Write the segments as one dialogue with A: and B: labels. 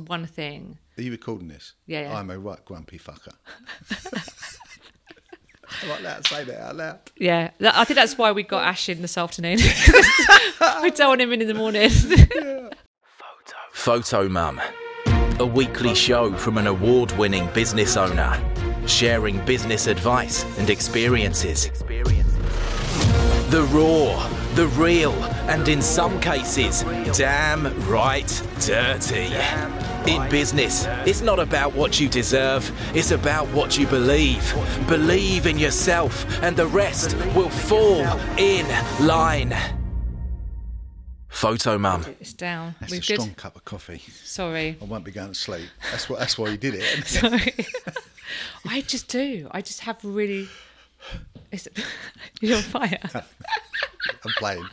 A: one thing.
B: Are you recording this?
A: Yeah, yeah.
B: I'm a right grumpy fucker. I like that. Say that out loud.
A: Yeah, that, I think that's why we got Ash in this afternoon. we don't want him in in the morning.
C: Photo Mum, a weekly show from an award winning business owner, sharing business advice and experiences. The raw, the real, and in some cases, damn right dirty. In business, it's not about what you deserve, it's about what you believe. Believe in yourself, and the rest will fall in line. Photo Mum.
A: it's down.
B: That's
A: we
B: a
A: good.
B: strong cup of coffee.
A: Sorry.
B: I won't be going to sleep. That's what. That's why you did it.
A: Sorry. I just do. I just have really. It's, you're on fire.
B: I'm playing.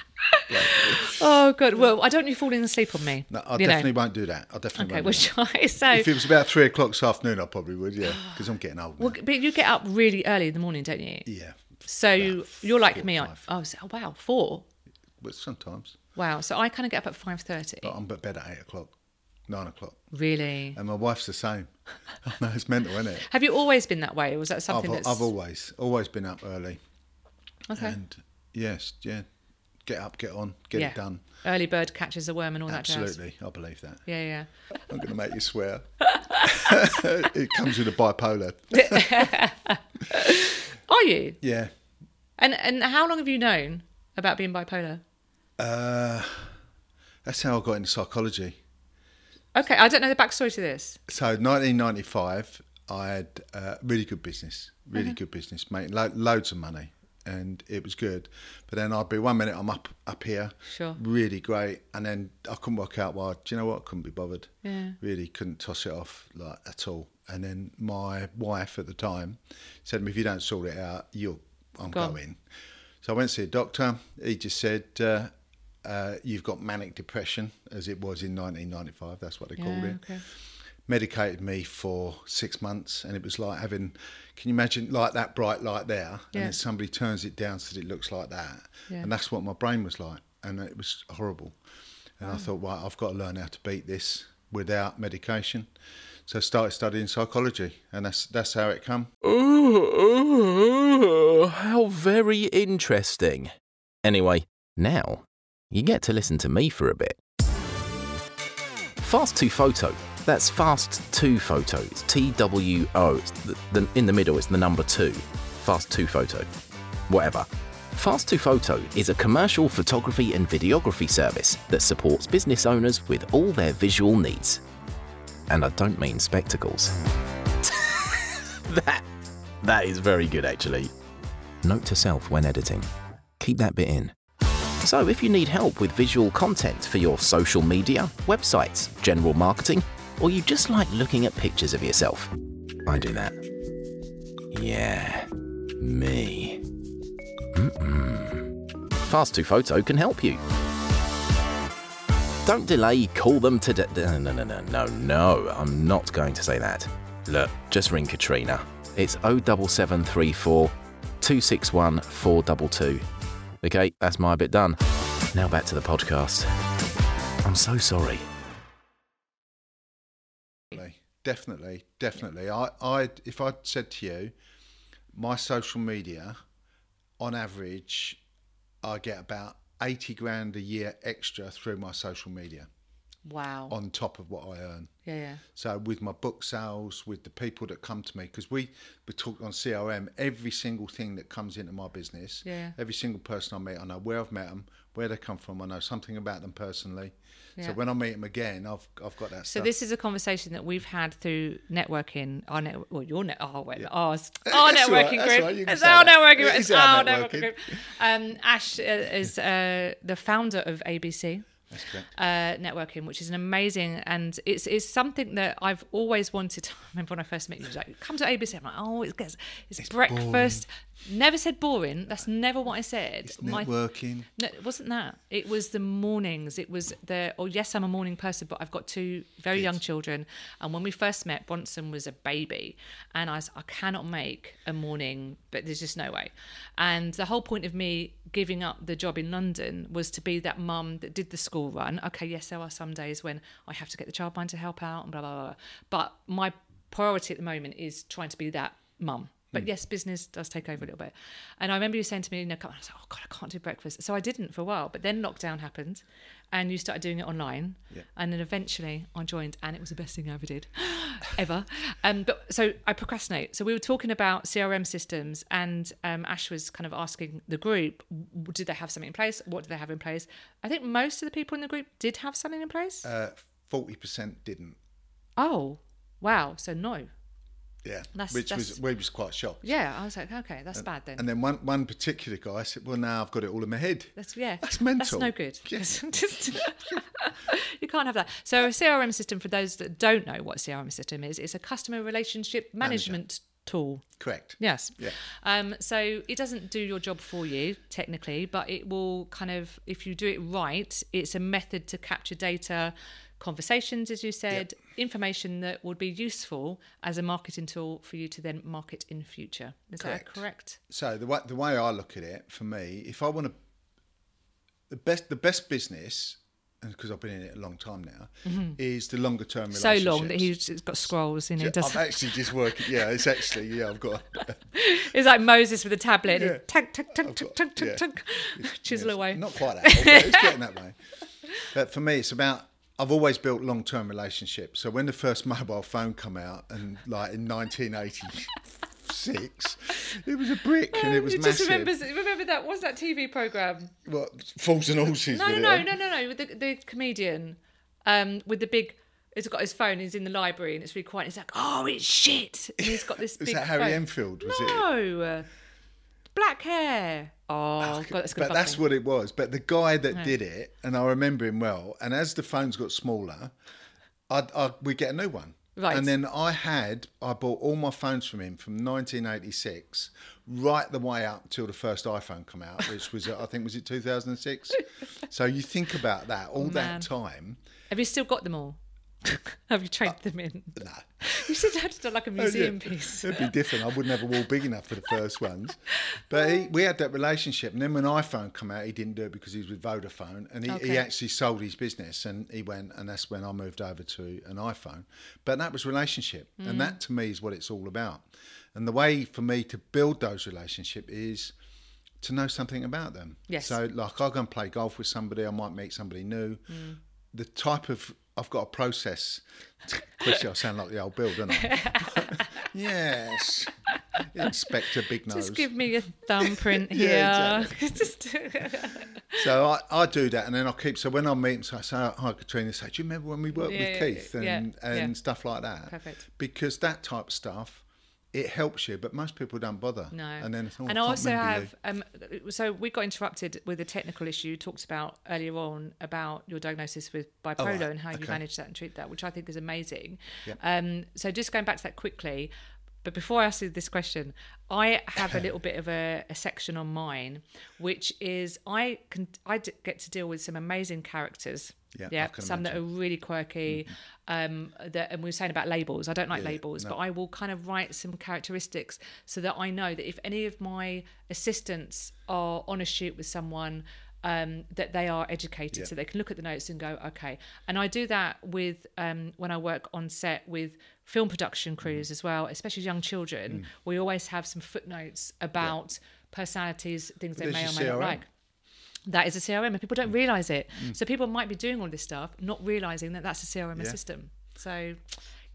A: Oh god. Well, I don't you falling asleep on me.
B: No, I
A: you know.
B: definitely won't do that. I definitely
A: Okay,
B: won't.
A: we'll
B: do that.
A: try. So,
B: If it was about three o'clock this afternoon, I probably would. Yeah, because I'm getting old. Now.
A: well, but you get up really early in the morning, don't you?
B: yeah,
A: So you're like
B: four,
A: me. I,
B: five.
A: I was, oh wow, four.
B: but sometimes.
A: Wow. So I kind of get up at five thirty.
B: But I'm at bed at eight o'clock, nine o'clock,
A: Really?
B: and my wife's the same. I know it's mental, isn't it?
A: Have you always been that way, or was that
B: I've,
A: something that's
B: I've always always been up early,
A: okay?
B: and yes, yeah, get up, get on, get it done.
A: Early bird catches the worm and all that jazz.
B: Absolutely, I believe that.
A: Yeah, yeah.
B: I'm going to make you swear. it comes with a bipolar.
A: Are you?
B: Yeah,
A: And and how long have you known about being bipolar?
B: Uh, that's how I got into psychology.
A: Okay, I don't know the backstory to this.
B: So 1995, I had uh, really good business, really good business, mate, lo- loads of money, and it was good. But then I'd be one minute I'm up up here,
A: Sure.
B: really great, and then I couldn't work out why. Do you know what? Couldn't be bothered.
A: Yeah.
B: Really couldn't toss it off like at all. And then my wife at the time said to me, "If you don't sort it out, you're I'm
A: Gone.
B: going." So I went to see a doctor. He just said. Uh, uh, you've got manic depression, as it was in 1995. That's what they called
A: Yeah,
B: it
A: okay.
B: medicated me for six months and it was like having can you imagine like that bright light there
A: Yeah.
B: and then somebody turns it down so that it looks like that
A: Yeah.
B: and that's what my brain was like and it was horrible and i
A: Mm.
B: thought well i've got to learn how to beat this without medication so i started studying psychology and that's that's how it come
C: Ooh, how very interesting. Anyway, now you get to listen to me for a bit. Fast 2 Photo. That's Fast 2 Photo. It's T W O. It's the, the, in the middle, it's the number 2. Fast 2 Photo. Whatever. Fast 2 Photo is a commercial photography and videography service that supports business owners with all their visual needs. And I don't mean spectacles. that that is very good, actually. Note to self when editing keep that bit in. So, if you need help with visual content for your social media, websites, general marketing, or you just like looking at pictures of yourself, I do that. Yeah, me. Fast2 Photo can help you. Don't delay, call them today. No, no, no, no, no, no, I'm not going to say that. Look, just ring Katrina. It's 07734 261 422. Okay, that's my bit done. Now back to the podcast. I'm so sorry.
B: definitely definitely i i if i said to you my social media on average i get about 80 grand a year extra through my social media
A: Wow.
B: on top of what i earn
A: Yeah, yeah.
B: so with my book sales with the people that come to me because we we talk on crm every single thing that comes into my business
A: Yeah.
B: every single person i meet i know where i've met them where they come from i know something about them personally
A: Yeah.
B: so when i meet them again i've i've got that
A: So
B: stuff.
A: this is a conversation that we've had through networking. Our net, well, your net, our, web- ours, our
B: That's all right,
A: networking
B: that's all right,
A: group.
B: you can
A: It's
B: say
A: our
B: that.
A: networking
B: It
A: group.
B: is
A: It's
B: our
A: our networking
B: networking.
A: group. Um, Ash uh, is uh, the founder of ABC.
B: That's correct.
A: uh, networking, which is an amazing and it's it's something that I've always wanted. I remember when I first met you, it was like, come to ABC. I'm like, oh, it gets, it's, breakfast. Never said boring. That's never what I said.
B: It's
A: My-
B: networking.
A: no, it wasn't that. It was the mornings. It was the, oh, yes, I'm a morning person, but I've got two very young children. And when we first met, Bronson was a baby. And I was, I cannot make a morning, but there's just no way. And the whole point of me giving up the job in London was to be that mum that did the school run. Okay, yes, there are some days when I have to get the childminder to help out and blah, blah, blah. blah. But my priority at the moment is trying to be that mum. But yes, business does take over a little bit. And I remember you saying to me, you know, come on, I was like, oh God, I can't do breakfast. So I didn't for a while. But then lockdown happened and you started doing it online.
B: Yeah.
A: And then eventually I joined and it was the best thing I ever did, ever. Um, but so I procrastinate. So we were talking about CRM systems and um, Ash was kind of asking the group, w- did they have something in place? What did they have in place? I think most of the people in the group did have something in place.
B: Forty percent didn't.
A: oh, wow. So no.
B: Yeah,
A: That's-
B: which
A: that's-
B: was we was quite shocked.
A: Yeah. I was like, okay, that's bad then.
B: And then one one particular guy said, "Well, now I've got it all in my head."
A: That's yeah.
B: That's mental.
A: That's no good.
B: Yeah.
A: Just- you can't have that. So a CRM system, for those that don't know what a CRM system is, it's a customer relationship management tool.
B: Correct.
A: Yes.
B: Yeah.
A: Um, so it doesn't do your job for you technically, but it will kind of, if you do it right, it's a method to capture data, conversations, as you said, information that would be useful as a marketing tool for you to then market in future. Is
B: Correct.
A: that correct?
B: So the way the way I look at it, for me, if I want to, the best the best business, and because I've been in it a long time now, is the longer term.
A: Mm-hmm. So long that he's got scrolls in it.
B: I'm
A: doesn't
B: actually just working. Yeah, it's actually yeah. I've got
A: It's like Moses with a tablet.
B: Yeah.
A: Tuck, tuck, tuck,
B: I've
A: tuck,
B: got-
A: tuck, tuck,
B: yeah.
A: tuck. Chisel
B: Yes.
A: away.
B: Not quite that, old, but it's getting that way. But for me, it's about I've always built long-term relationships. So when the first mobile phone come out, and like in 1986, it was a brick and it was
A: you
B: massive.
A: just remember, remember that was that TV program.
B: well, fools and horses.
A: No,
B: with
A: no,
B: it,
A: no, no,
B: eh?
A: no, no. With the, the comedian, um, with the big, he's got his phone. He's in the library and it's really quiet. He's like, oh, it's shit. And he's got this
B: Was
A: big.
B: that Harry
A: phone.
B: Enfield? Was it?
A: No, black hair. Oh, God, that's gonna.
B: Ah, but
A: bug
B: that's
A: me.
B: what it was. But the guy that did it, and I remember him well. And as the phones got smaller, I'd, I we get a new one.
A: Right.
B: And then I had I bought all my phones from him from 1986, right the way up till the first iPhone come out, which was I think was it 2006. so you think about that all
A: Man.
B: that time.
A: Have you still got them all? Have you traded them in?
B: No,
A: You should have done
B: Oh,
A: like a museum piece.
B: it'd be different. I wouldn't have a wall big enough for the first ones. But he, we had that relationship, and then when iPhone come out, he didn't do it because he was with Vodafone, and he, he
A: Okay.
B: actually sold his business, and he went, and that's when I moved over to an iPhone. But that was relationship,
A: Mm.
B: and that to me is what it's all about. And the way for me to build those relationships is to know something about them.
A: Yes.
B: So like I go and play golf with somebody, I might meet somebody new.
A: Mm.
B: The type of I've got a process. Chrissy, I sound like the old Bill, don't I? yes. Inspector Big Nose.
A: Just give me a thumbprint here.
B: Yeah,
A: Just-
B: So I, I do that, and then I keep. So when I meet them, so I say, "Oh, "Hi, Katrina." They Say, "Do you remember when we worked
A: Yeah,
B: with
A: yeah,
B: Keith
A: yeah,
B: and
A: yeah.
B: and stuff like that?"
A: Perfect.
B: Because that type of stuff, it helps you, but most people don't bother.
A: No.
B: And then it's, "Oh,
A: and
B: I
A: I
B: can't
A: also
B: remember
A: have
B: you."
A: um, so we got interrupted with a technical issue you talked about earlier on about your diagnosis with bipolar
B: Oh, right.
A: and how you
B: Okay.
A: manage that and treat that, which I think is amazing. Um, so just going back to that quickly, but before I ask you this question, I have a little bit of a, a section on mine, which is I can I d- get to deal with some amazing characters.
B: Yeah, I can Mm-hmm.
A: some that are really quirky. Um, that and we were saying about labels. I don't like labels, but I will kind of write some characteristics so that I know that if any of my assistants are on a shoot with someone, um, that they are educated, so they can look at the notes and go, okay. And I do that with um, when I work on set with film production crews as well, especially young children. We always have some footnotes about personalities, things they
B: there's
A: may or
B: your
A: may not
B: CRM.
A: like that is a CRM, and people
B: Mm.
A: don't realise it. So people might be doing all this stuff, not realising that that's a CRM system. So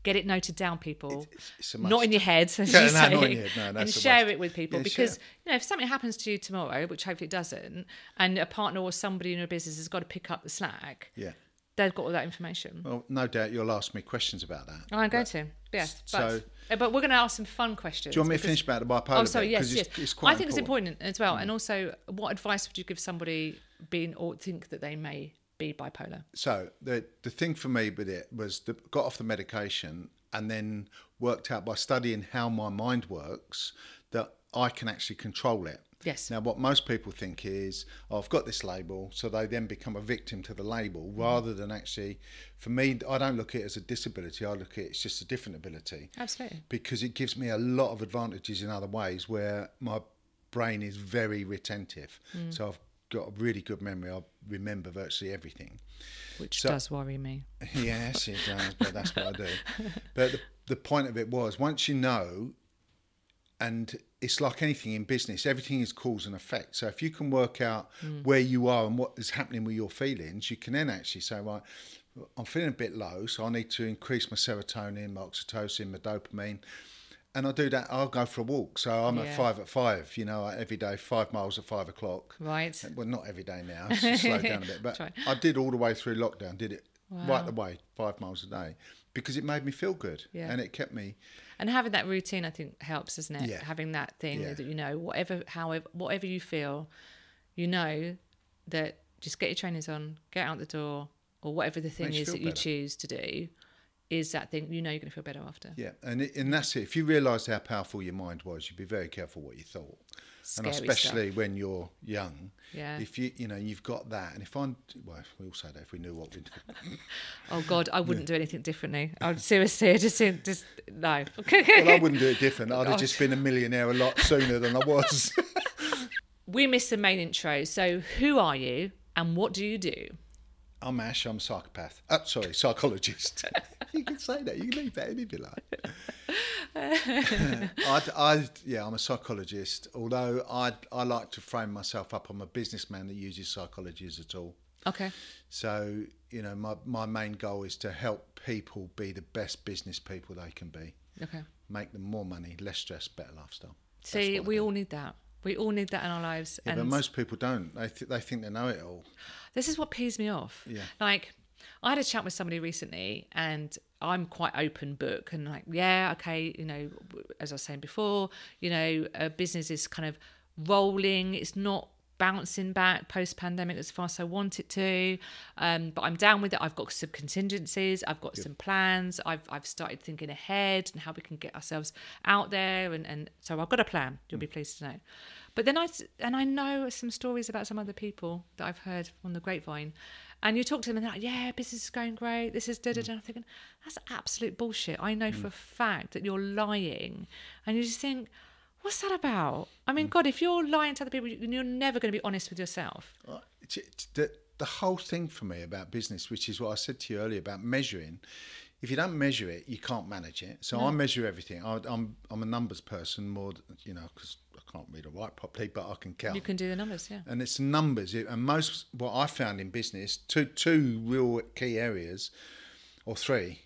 A: get it noted down, people.
B: it's a
A: not
B: must.
A: in your head, as
B: Yeah,
A: you
B: no, not
A: say,
B: in your head. No, that's
A: and
B: a
A: share
B: must.
A: it with people
B: Yeah,
A: because
B: share.
A: you know if something happens to you tomorrow, which hopefully it doesn't, and a partner or somebody in your business has got to pick up the slack.
B: Yeah.
A: They've got all that information.
B: Well, no doubt you'll ask me questions about that.
A: I'm going to, yes,
B: so-
A: but, uh, but we're going to ask some fun questions.
B: Do you want me to
A: because-
B: finish about the bipolar?
A: Oh, sorry.
B: bit?
A: Yes,
B: 'Cause
A: yes.
B: It's, it's quite Mm.
A: I think it's important as well. And also, what advice would you give somebody being or think that they may be bipolar?
B: so the the thing for me with it was the, got off the medication and then worked out by studying how my mind works that I can actually control it.
A: Yes.
B: Now, what most people think is, oh, I've got this label, so they then become a victim to the label rather than actually, for me, I don't look at it as a disability, I look at it, it's just a different ability
A: Absolutely.
B: because it gives me a lot of advantages in other ways where my brain is very retentive. So I've got a really good memory, I remember virtually everything.
A: Which
B: So-
A: does worry me.
B: yes, it does, but that's what I do. But the, the point of it was once you know, and it's like anything in business, everything is cause and effect. So if you can work out where you are and what is happening with your feelings, you can then actually say, right, I'm feeling a bit low, so I need to increase my serotonin, my oxytocin, my dopamine. And I do that, I'll go for a walk. So I'm
A: Yeah.
B: at five at five, you know, every day, five miles at five o'clock.
A: Right.
B: Well, not every day now. It's just slowed down a bit, but
A: That's right.
B: I did all the way through lockdown. Did it right the way, five miles a day, because it made me feel good
A: Yeah.
B: and it kept me.
A: And having that routine, I think, helps, isn't it?
B: Yeah.
A: Having that thing
B: Yeah.
A: that you know, whatever, however, whatever you feel, you know that just get your trainers on, get out the door, or whatever the thing
B: Makes you
A: is
B: feel
A: that you
B: better.
A: choose to do, is that thing you know you're going to feel better after.
B: Yeah, and it, and that's it. If you realised how powerful your mind was, you'd be very careful what you thought,
A: Scary
B: and
A: stuff.
B: especially when you're young.
A: Yeah.
B: If you you know you've got that, and if I'm well, we all say that if we knew what we'd
A: Oh God, I wouldn't do anything differently. I'd seriously I just just no.
B: well, I wouldn't do it different. I'd
A: God.
B: have just been a millionaire a lot sooner than I was.
A: we missed the main intro. So who are you and what do you do?
B: I'm Ash. I'm a psychopath. Uh, sorry, psychologist. you can say that. You can leave that in if you like. I, I, yeah, I'm a psychologist. Although I, I like to frame myself up. I'm a businessman that uses psychology as a tool.
A: Okay.
B: So you know, my my main goal is to help people be the best business people they can be,
A: Okay.
B: make them more money, less stress, better lifestyle. That's
A: See,
B: what I
A: we
B: do.
A: all need that. We all need that in our lives.
B: Yeah, but
A: and
B: most people don't. They th- they think they know it all.
A: this is what pees me off.
B: Yeah.
A: Like, I had a chat with somebody recently, and I'm quite open book, and like, yeah, okay, you know, w- as I was saying before, you know, a business is kind of rolling. It's not bouncing back post pandemic as fast as I want it to, um, but I'm down with it. I've got some contingencies. I've got some plans. I've I've started thinking ahead and how we can get ourselves out there, and and so I've got a plan. You'll be pleased to know. But then I s- and I know some stories about some other people that I've heard on the grapevine, and you talk to them and they're like, "Yeah, business is going great. This is da da da." I'm thinking that's absolute bullshit. I know for a fact that you're lying, and you just think, "What's that about?" I mean, God, if you're lying to other people, you- you're never going to be honest with yourself.
B: Uh, it's- it's the, the whole thing for me about business, which is what I said to you earlier about measuring, if you don't measure it, you can't manage it. So I measure everything. I, I'm I'm a numbers person more, th- you know, because I can't read or write properly, but I can count.
A: You can do the numbers, yeah.
B: and it's numbers. It- And most what I found in business, two two real key areas, or three.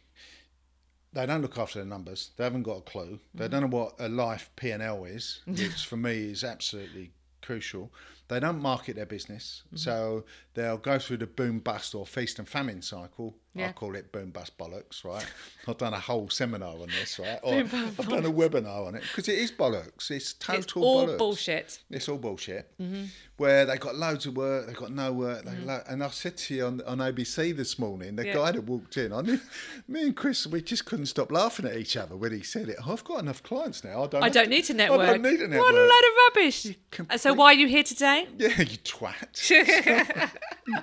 B: They don't look after their numbers. They haven't got a clue.
A: Mm.
B: They don't know what a life P and L is, which for me is absolutely crucial. They don't market their business,
A: Mm-hmm.
B: so they'll go through the boom bust or feast and famine cycle.
A: Yeah.
B: I call it boom bust bollocks, right? I've done a whole seminar on this, right? Or I've done a webinar on it because it is bollocks. It's total
A: It's all
B: bollocks.
A: bullshit.
B: It's all bullshit.
A: Mm-hmm.
B: Where they got loads of work, they got no work. They lo- and I said to you on, on ABC this morning, the
A: Yeah.
B: guy that walked in, I knew, me and Chris, we just couldn't stop laughing at each other when he said it. "Oh, I've got enough clients now. I don't.
A: I
B: have
A: don't need to network.
B: I don't need a network.
A: What a load of rubbish! And so
B: complete-
A: why are you here today?
B: yeah, you twat.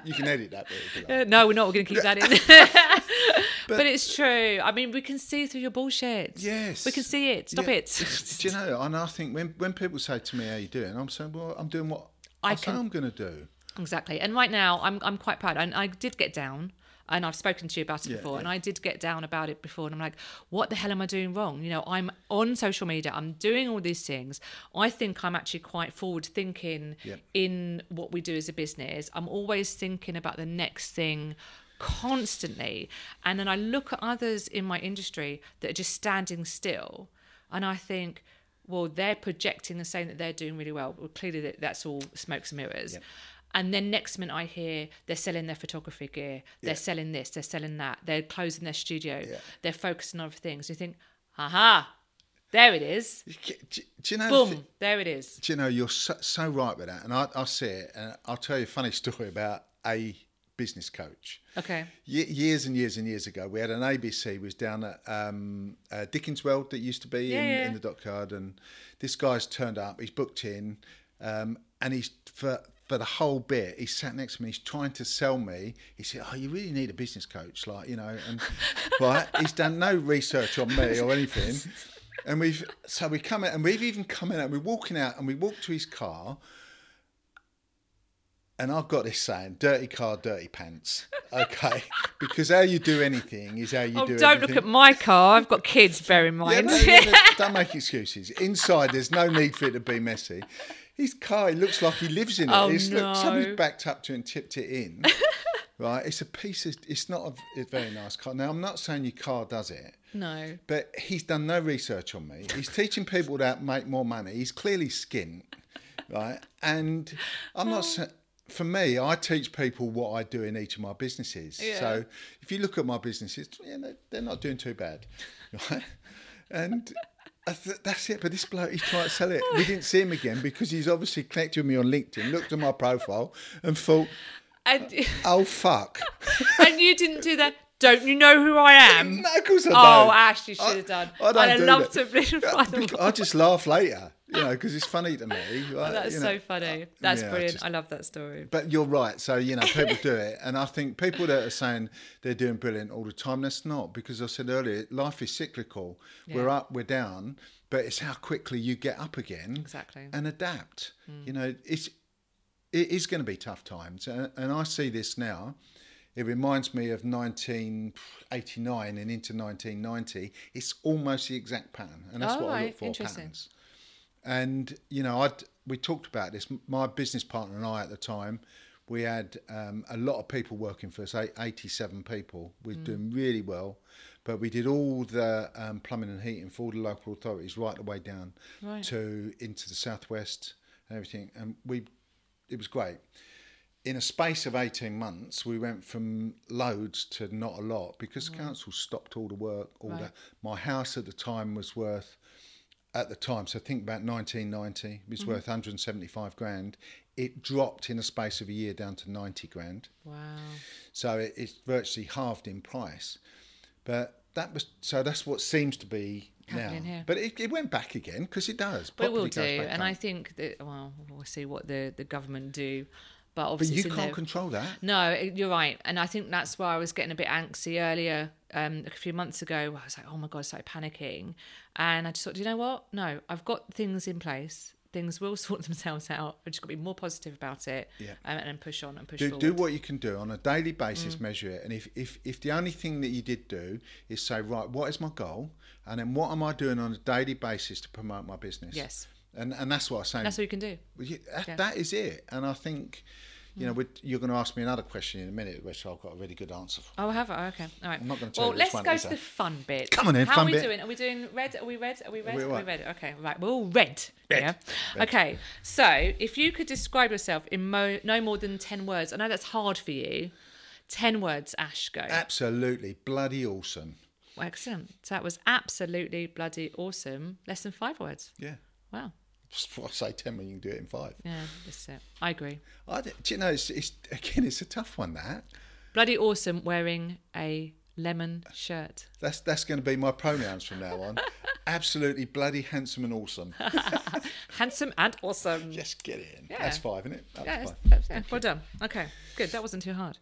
B: you can edit that bit if you like.
A: Uh, no, we're not. We're going to keep that in. but, it's true. I mean, we can see through your bullshit.
B: Yes.
A: We can see it. Stop
B: Yeah,
A: it.
B: it's- Do you know? And I think when when people say to me, "How you doing?" I'm saying, "Well, I'm doing what
A: I
B: I, say
A: can-
B: I'm going to do."
A: exactly. And right now, I'm, I'm quite proud. And I did get down. And I've spoken to you about it
B: Yeah,
A: before,
B: yeah.
A: and I did get down about it before, and I'm like, what the hell am I doing wrong? You know, I'm on social media, I'm doing all these things. I think I'm actually quite forward thinking
B: Yeah.
A: in what we do as a business. I'm always thinking about the next thing constantly. And then I look at others in my industry that are just standing still and I think, well, they're projecting and saying that they're doing really well. Well, clearly that, that's all smokes and mirrors. And then next minute I hear they're selling their photography gear, they're selling this, they're selling that, they're closing their studio, they're focusing on other things. You think, aha, there it is.
B: You ca- Do, do you know? the thi-
A: Boom, there it is.
B: Do you know you're so, so right with that and I, I see it and i'll tell you a funny story about a business coach.
A: Okay.
B: Ye- years and years and years ago, we had an ABC was down at um, uh, Dickens World that used to be in,
A: Yeah, yeah.
B: in the dockyard, and this guy's turned up. He's booked in, um, and he's for for the whole bit. He sat next to me. He's trying to sell me. He said, "Oh, you really need a business coach, like you know." And right, he's done no research on me or anything. And we've so we come out and we've even come in and we're walking out and we walk to his car and I've got this saying, dirty car, dirty pants. Okay. because how you do anything is how you
A: Oh,
B: do
A: don't
B: everything.
A: look at my car. I've got kids, bear in
B: Yeah,
A: mind.
B: no, no, no, don't make excuses. Inside, there's no need for it to be messy. His car, he looks like he lives in it.
A: Oh,
B: it's,
A: no.
B: look, somebody's backed up to it and tipped it in. right? It's a piece of, it's not a, a very nice car. Now, I'm not saying your car does it.
A: No.
B: But he's done no research on me. He's teaching people to make more money. He's clearly skint, right? And I'm not. sa- For me, I teach people what I do in each of my businesses.
A: Yeah.
B: So if you look at my businesses, yeah, they- they're not doing too bad, right? And I th- that's it. But this bloke, he's trying to sell it. We didn't see him again because he's obviously connected with me on LinkedIn, looked at my profile, and thought,
A: And,
B: "Oh fuck."
A: and you didn't do that. Don't you know who I am?
B: No, of course I
A: Oh,
B: don't.
A: Ash, you should
B: I-
A: have done.
B: I don't
A: I'd have
B: do
A: loved
B: that.
A: to have been
B: Yeah,
A: by the
B: bec- I just laugh later, you know, because it's funny to me. right,
A: That's
B: you know. uh,
A: so funny. That's
B: yeah, I
A: brilliant.
B: just-
A: I love that story.
B: But you're right. So you know, people do it, and I think people that are saying they're doing brilliant all the time, that's not because I said earlier, life is cyclical. We're up, we're down, but it's how quickly you get up again,
A: Exactly. Mm.
B: and adapt. You know, it's it is going to be tough times, and, and I see this now. It reminds me of 1989 and into 1990. It's almost the exact pattern, and that's
A: All
B: what I
A: right,
B: look for
A: interesting.
B: patterns. And you know, I we talked about this. My business partner and I at the time, we had um, a lot of people working for us, eight- 87 people.
A: Hmm.
B: We're doing really well, but we did all the um, plumbing and heating for all the local authorities right the way down
A: Right.
B: to into the southwest and everything. And we, it was great. In a space of 18 months, we went from loads to not a lot because council stopped all the work. All the,
A: Mm. Right.
B: my house at the time was worth at the time, so think about 1990, it was
A: Mm-hmm.
B: worth 175 grand. It dropped in a space of a year down to 90 grand.
A: Wow.
B: So it, it's virtually halved in price. But that was so that's what seems to be
A: Happening
B: now.
A: here.
B: But it, it went back again because it does.
A: But it will
B: property
A: do.
B: goes back
A: And I
B: up.
A: think that, well, we'll see what the, the government do. But
B: but
A: obviously,
B: you
A: it's in
B: can't
A: their-
B: control that.
A: No, you're right, and I think that's why I was getting a bit antsy earlier. Um, a few months ago, I was like, "Oh my god," I started panicking, and I just thought, "Do you know what? No, I've got things in place. Things will sort themselves out. I've just got to be more positive about it,
B: Yeah.
A: um, and, then push on and push
B: Do,
A: forward."
B: do what you can do on a daily
A: Mm.
B: basis, measure it. And if, if, if the only thing that you did do is say, right, what is my goal? And then what am I doing on a daily basis to promote my business?
A: Yes.
B: And, and that's what I was saying.
A: that's what you can do.
B: Well, you- that,
A: Yeah. Mm.
B: that is it. And I think, you know, with, you're going to ask me another question in a minute, which I've got a really good answer for.
A: Oh, I have. it. Oh, okay. All right.
B: I'm not gonna tell
A: Well,
B: you
A: let's
B: which one
A: go
B: it is,
A: to
B: eh?
A: the fun bit.
B: Come on then,
A: How
B: fun
A: are we
B: bit.
A: doing? Are we doing red? Are we red? Are we red?
B: we
A: Are we,
B: what?
A: red? Okay, right. We're all red. Yeah. Okay. So, if you could describe yourself in mo- no more than ten words, I know that's hard for you. Ten words, Ash. Go.
B: Uh, Absolutely bloody awesome.
A: Well, Excellent. So that was absolutely bloody awesome. Less than five words.
B: Yeah.
A: Wow.
B: Just what I say 10 when you can do it in five.
A: Yeah, that's it. I agree.
B: I d do you know, it's, it's, again, it's a tough one, that.
A: Bloody awesome wearing a lemon shirt.
B: That's, that's going to be my pronouns from now on. Absolutely bloody handsome and awesome.
A: Handsome and awesome.
B: Just get it in.
A: Yeah.
B: That's five, isn't it? That was
A: Yeah,
B: five.
A: that's- that's- yeah, well done. Okay, good. That wasn't too hard.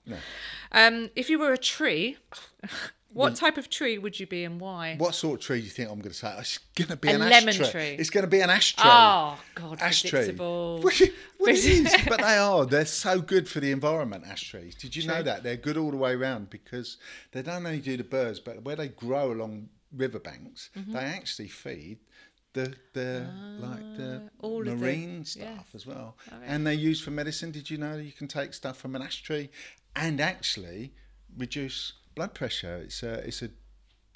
A: Um, if you were a tree, what type of tree would you be and why?
B: What sort of tree do you think I'm going to say? It's going to be
A: A
B: an
A: lemon
B: ash tree.
A: tree.
B: It's going to be an ash tree.
A: Oh God,
B: ash tree.
A: predictable.
B: What is- what it is, but they are. They're so good for the environment. Ash trees. Did you know
A: True.
B: that they're good all the way around because they don't only do the birds, but where they grow along riverbanks,
A: Mm-hmm.
B: they actually feed the the like the
A: Ah, all of the-
B: marine stuff
A: yeah.
B: as well. And they use for medicine. Did you know you can take stuff from an ash tree and actually reduce blood pressure? It's a it's a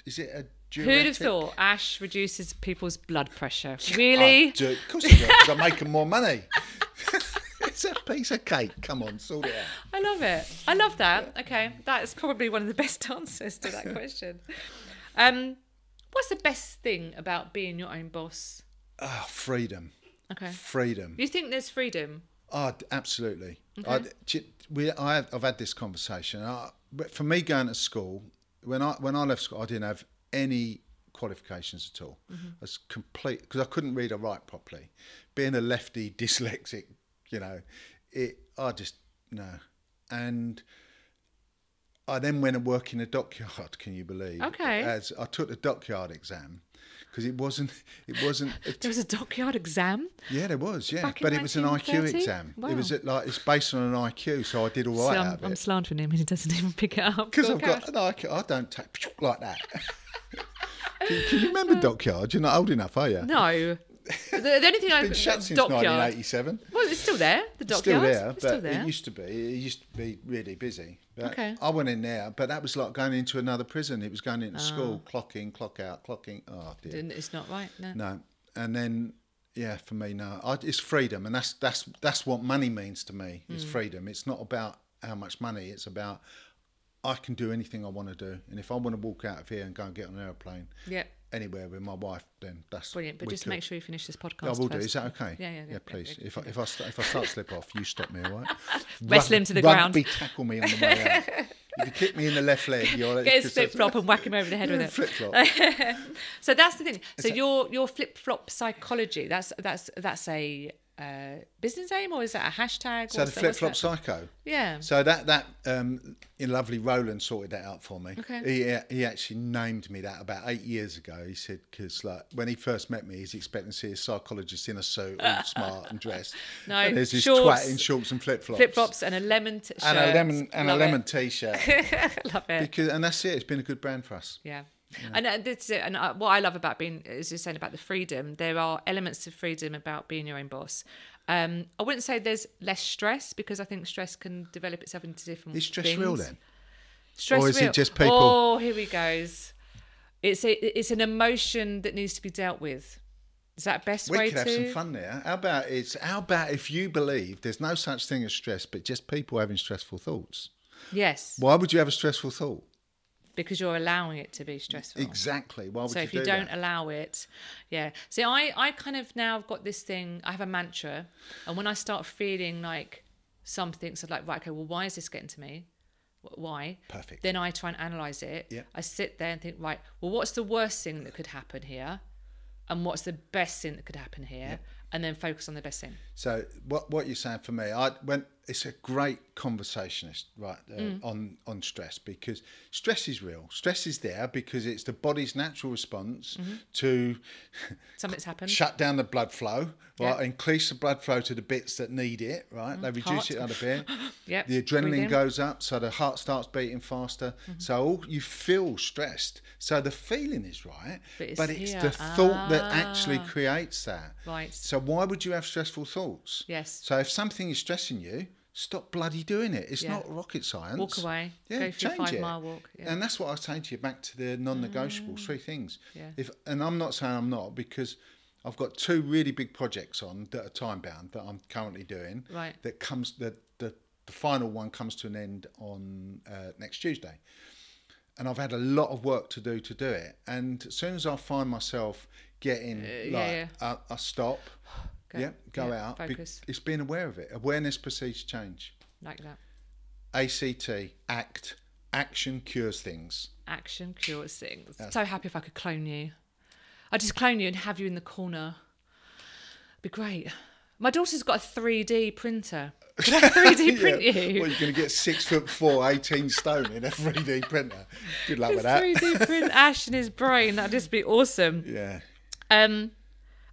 B: is it a
A: Who'd have
B: diuretic?
A: thought ash reduces people's blood pressure?
B: I
A: Really?
B: Oh, do. Of course it does. 'cause I'm making more money. it's a piece of cake. Come on, sort it out.
A: I love it. I love that. Okay, that is probably one of the best answers to that question. Um, what's the best thing about being your own boss?
B: Oh, freedom.
A: Okay,
B: Freedom.
A: you think there's freedom?
B: Oh, d- absolutely. I, d- we, I, had- I've had this conversation. I, but for me, going to school, when I when I left school, I didn't have any qualifications at all. I was complete because I couldn't read or write properly. Being a lefty, dyslexic, you know, it. I just no. And I then went and worked in a dockyard. Can you believe?
A: Okay.
B: As I took the dockyard exam because it wasn't it wasn't a
A: There was a dockyard exam.
B: yeah, there was. Yeah,
A: Back in
B: but it was an IQ
A: 1930?
B: exam.
A: Wow.
B: It was at, like it's based on an IQ, so I did all right
A: so
B: out
A: I'm,
B: of
A: I'm
B: it.
A: slandering him and he doesn't even pick it up.
B: Because I've
A: Dockyard.
B: got an IQ, I don't take like that. can, can you remember dockyard? You're not old enough, are you?
A: Uh, No. the, the only thing I
B: Been shut since
A: dockyard.
B: 1987.
A: Well, it's still there. The
B: It's Still
A: dockyard.
B: there,
A: It's
B: but
A: still there.
B: it used to be. It used to be really busy. But
A: Okay.
B: I went in there, but that was like going into another prison. It was going into school,
A: Ah.
B: clock in, clock out, clock in. Oh dear.
A: And it's not right. No.
B: No, and then yeah, for me, no, I, it's freedom, and that's that's that's what money means to me. It's
A: Mm.
B: freedom. It's not about how much money. It's about I can do anything I want to do, and if I want to walk out of here and go and get on an airplane,
A: Yeah.
B: anywhere with my wife, then that's
A: Brilliant. But just
B: wicked.
A: make sure you finish this podcast.
B: I will do.
A: first.
B: Is that okay?
A: Yeah, yeah, yeah, yeah,
B: please.
A: yeah,
B: if I, if I st- if I start to slip off, you stop me, all right?
A: Wrestle him to the ground.
B: Rugby tackle me on the way out. if you kick me in the left leg, you're
A: Get his flip flop and whack him over the head with it.
B: Flip flop.
A: So that's the thing. So your your flip flop psychology. That's that's that's a uh, business name or is that a hashtag?
B: So the
A: What's that-
B: flip
A: what's
B: flop
A: that?
B: psycho.
A: Yeah.
B: So that that um, your lovely Roland sorted that out for me.
A: Okay.
B: He he actually named me that about eight years ago. He said because like when he first met me, he's expecting to see a psychologist in a suit, all smart and dressed.
A: No,
B: and there's this
A: shorts,
B: twat in shorts and flip flops.
A: Flip flops and a lemon t- shirt.
B: And a lemon and
A: Love
B: a lemon
A: It.
B: t-shirt.
A: Love it.
B: because and that's it. It's been a good brand for us.
A: Yeah. And uh, this is it. And uh, what I love about being, as you're saying about the freedom, there are elements of freedom about being your own boss. Um, I wouldn't say there's less stress because I think stress can develop itself into different.
B: Is stress
A: things.
B: real then?
A: Stress
B: Or is it
A: real?
B: just people-
A: Oh, here he goes. It's a, it's an emotion that needs to be dealt with. Is that best
B: We
A: way
B: could have
A: to?
B: some fun there. How about it's how about if you believe there's no such thing as stress, but just people having stressful thoughts?
A: Yes,
B: Why would you have a stressful thought?
A: because you're allowing it to be stressful.
B: Exactly. Why would
A: Oh. So
B: you
A: if you
B: do
A: don't
B: that?
A: allow it, yeah. See, I I kind of now have got this thing. I have a mantra, and when I start feeling like something, so like right, okay, well, why is this getting to me? Wh- Why?
B: Perfect.
A: Then I try and analyze it.
B: Yeah.
A: I sit there and think, right, well, what's the worst thing that could happen here, and what's the best thing that could happen here, and then focus on the best thing.
B: So what what you're saying for me, I when it's a great conversationist, right, uh, on on stress because stress is real. Stress is there because it's the body's natural response to
A: Something's happened.
B: shut down the blood flow,
A: Yeah.
B: right,
A: Mm,
B: increase the blood flow to the bits that need it, right. They reduce
A: heart.
B: it out a bit.
A: Yep,
B: The adrenaline
A: breathing.
B: goes up, so the heart starts beating faster.
A: Mm-hmm.
B: So all, you feel stressed. So the feeling is right,
A: But it's here. Ah.
B: the thought that actually creates that.
A: Right.
B: So why would you have stressful thoughts?
A: Yes.
B: So if something is stressing you, stop bloody doing it. It's
A: Yeah.
B: not rocket science.
A: Walk away.
B: Yeah,
A: Go for your
B: change
A: five
B: it.
A: mile walk. Yeah. Mm.
B: And that's what I was saying to you back to the non-negotiable three things.
A: Yeah.
B: If and I'm not saying I'm not because I've got two really big projects on that are time bound that I'm currently doing.
A: Right.
B: That comes that the, the final one comes to an end on uh, next Tuesday and I've had a lot of work to do to do it. And as soon as I find myself getting like,
A: Uh, yeah.
B: I, I stop,
A: Go-
B: yeah, go
A: yeah,
B: out. Be-
A: focus.
B: it's being aware of it. Awareness precedes change.
A: like that.
B: ACT, act, action cures things.
A: Action cures things. so happy if I could clone you. I'd just clone you and have you in the corner. Be great. My daughter's got a 3D printer. Could I 3D print
B: Yeah.
A: you?
B: Well, you're going to get six foot four, 18 stone in a 3D printer. Good luck with that.
A: 3D print Ash in his brain. That'd just be awesome.
B: Yeah.
A: Um,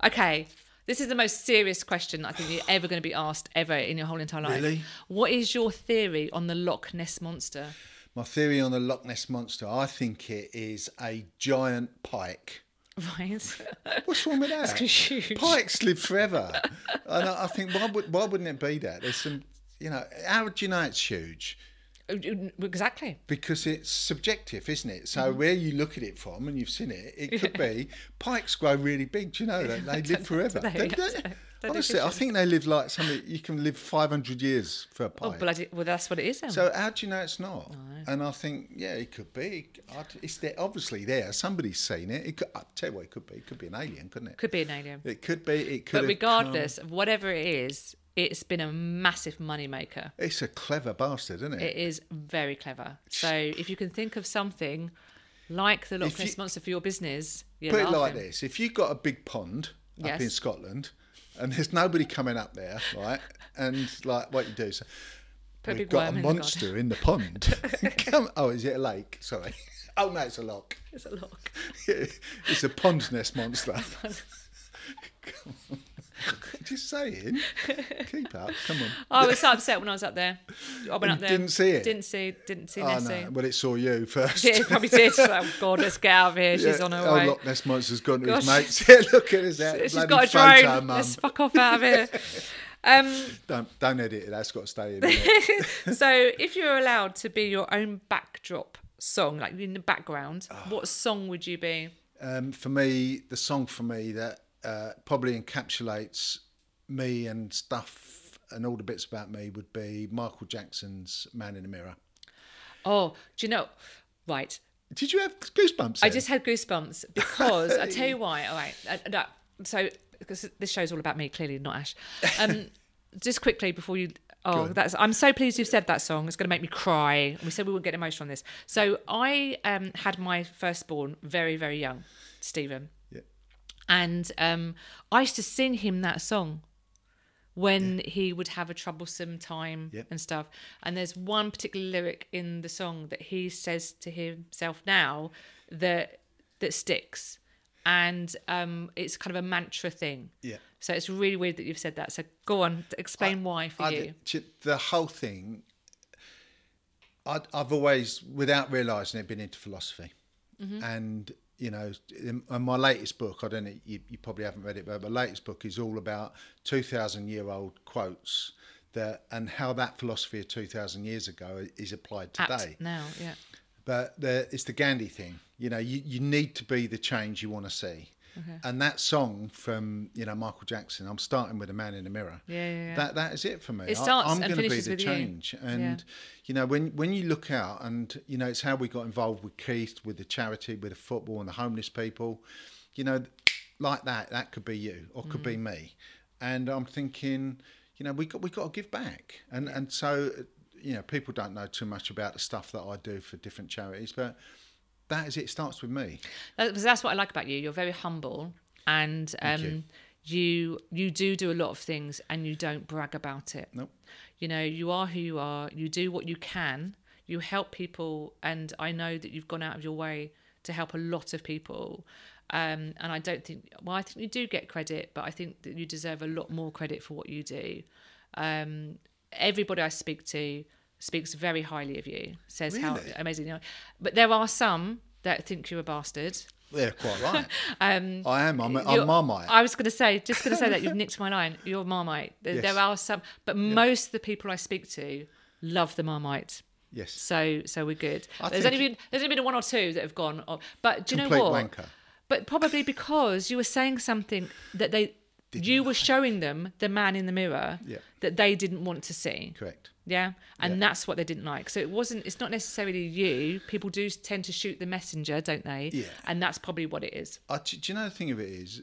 A: okay. This is the most serious question I think you're ever going to be asked ever in your whole entire life.
B: Really?
A: What is your theory on the Loch Ness monster?
B: My theory on the Loch Ness Monster, I think it is a giant pike.
A: Right.
B: What's wrong with that?
A: It's huge.
B: Pikes live forever, and I, I think why would why wouldn't it be that? There's some, you know, how do you know it's huge?
A: exactly.
B: Because it's subjective, isn't it? So
A: Mm.
B: where you look at it from, and you've seen it, it could be pikes grow really big. Do you know that they live forever?
A: they?
B: They-
A: I
B: they-
A: don't- don't think
B: honestly,
A: it's
B: I think they live like something. You can live 500 years for a
A: Oh,
B: pike.
A: bloody. Well, that's what it is then.
B: So how do you know it's not? And I think, yeah, it could be. I'd, it's there, obviously there. Somebody's seen it. it could, I tell you what, it could be. It could be an alien, couldn't it?
A: Could be an alien.
B: It could be. It
A: But
B: could. have come-
A: regardless of whatever it is, It's been a massive moneymaker.
B: It's a clever bastard, isn't it?
A: It is very clever. So if you can think of something like the Loch
B: If you-
A: Ness monster for your business, you're
B: Put it like
A: laughing.
B: this: if you've got a big pond up
A: Yes.
B: in Scotland, and there's nobody coming up there, right? And like what you do, so
A: Put a
B: we've
A: big
B: got
A: worm
B: a
A: in the garden."
B: monster in the pond. Come, oh, is it a lake? Sorry. Oh no, it's a lock.
A: It's a lock.
B: it's a pond nest monster. Come on. Just saying. Keep up. Come on.
A: I Oh, was so upset when I was up there. I went up there.
B: didn't see it?
A: Didn't see. Didn't see
B: Oh
A: Nessie.
B: no. Well, it saw you first.
A: Yeah, it probably did. Oh God, let's get out of here. She's
B: Yeah,
A: on her
B: oh,
A: way.
B: Loch Ness monster's gone to his
A: Gosh.
B: mates. Yeah, look at us out.
A: She's
B: bloody
A: got a
B: photo,
A: drone.
B: Mum.
A: Let's fuck off out of here. Um,
B: Don't don't edit it. That's got to stay in. there.
A: so, if you're allowed to be your own backdrop song, like in the background, what song would you be?
B: um, for me, the song for me that uh, probably encapsulates me and stuff and all the bits about me would be Michael Jackson's "Man in the Mirror."
A: Oh, do you know? Right,
B: Did you have goosebumps?
A: I
B: then?
A: just had goosebumps because I tell you why. All right, uh, no, so because this show's all about me, clearly not Ash. Um, just quickly before you. Oh, that's. I'm so pleased you've said that song. It's going to make me cry. We said we wouldn't get emotional on this. So I um, had my firstborn very, very young, Stephen,
B: Yeah.
A: and um, I used to sing him that song when he would have a troublesome time
B: Yep.
A: and stuff. And there's one particular lyric in the song that he says to himself now that that sticks, and um, it's kind of a mantra thing.
B: Yeah.
A: So it's really weird that you've said that. So go on, t- explain why for
B: I
A: you.
B: did- ju- the whole thing, I'd, I've always, without realising it, been into philosophy.
A: Mm-hmm.
B: And, you know, in, in my latest book, I don't know, you, you probably haven't read it, but my latest book is all about 2,000 year old quotes that and how that philosophy of 2,000 years ago is applied
A: Apt
B: today
A: now, yeah.
B: but the, it's the Gandhi thing. You know, you, you need to be the change you want to see.
A: Mm-hmm.
B: And that song from you know Michael Jackson, I'm starting with a man in the mirror.
A: Yeah, yeah, yeah.
B: That that is it for me.
A: It
B: I-
A: starts
B: I'm
A: and
B: gonna be
A: finishes
B: the
A: with you.
B: change. And you know, when when you look out, and you know, it's how we got involved with Keith, with the charity, with the football, and the homeless people. You know, like that. That could be you, or could
A: Mm.
B: be me. And I'm thinking, you know, we got we got to give back. And and so, you know, people don't know too much about the stuff that I do for different charities, but. That is it. it Starts with me.
A: That- because that's what I like about you. You're very humble, and um, you.
B: you.
A: you do do a lot of things, and you don't brag about it.
B: Nope.
A: You know, you are who you are. You do what you can. You help people, and I know that you've gone out of your way to help a lot of people. Um, and I don't think, well, I think you do get credit, but I think that you deserve a lot more credit for what you do. Um, everybody I speak to speaks very highly of you, says how
B: Really?
A: amazing you are. But there are some that think you're a bastard.
B: They're quite right. I am. I'm, I'm
A: Um, You're-
B: Marmite.
A: I was going to say, just going to say that you've nicked my line. You're Marmite. There, there
B: Yes.
A: are some, but most of the people I speak to love the Marmite.
B: yes.
A: So, so we're good.
B: I
A: there's
B: think-
A: only been there's only been one or two that have gone. Oh, but do you know
B: Complete
A: what?
B: wanker.
A: But probably because you were saying something that they, you were showing them the man in the mirror
B: Yeah.
A: that they didn't want to see.
B: Correct.
A: Yeah, and that's what they didn't like. So it wasn't. It's not necessarily you. People do tend to shoot the messenger, don't they?
B: Yeah.
A: And that's probably what it is.
B: I, do do you know the thing of it is,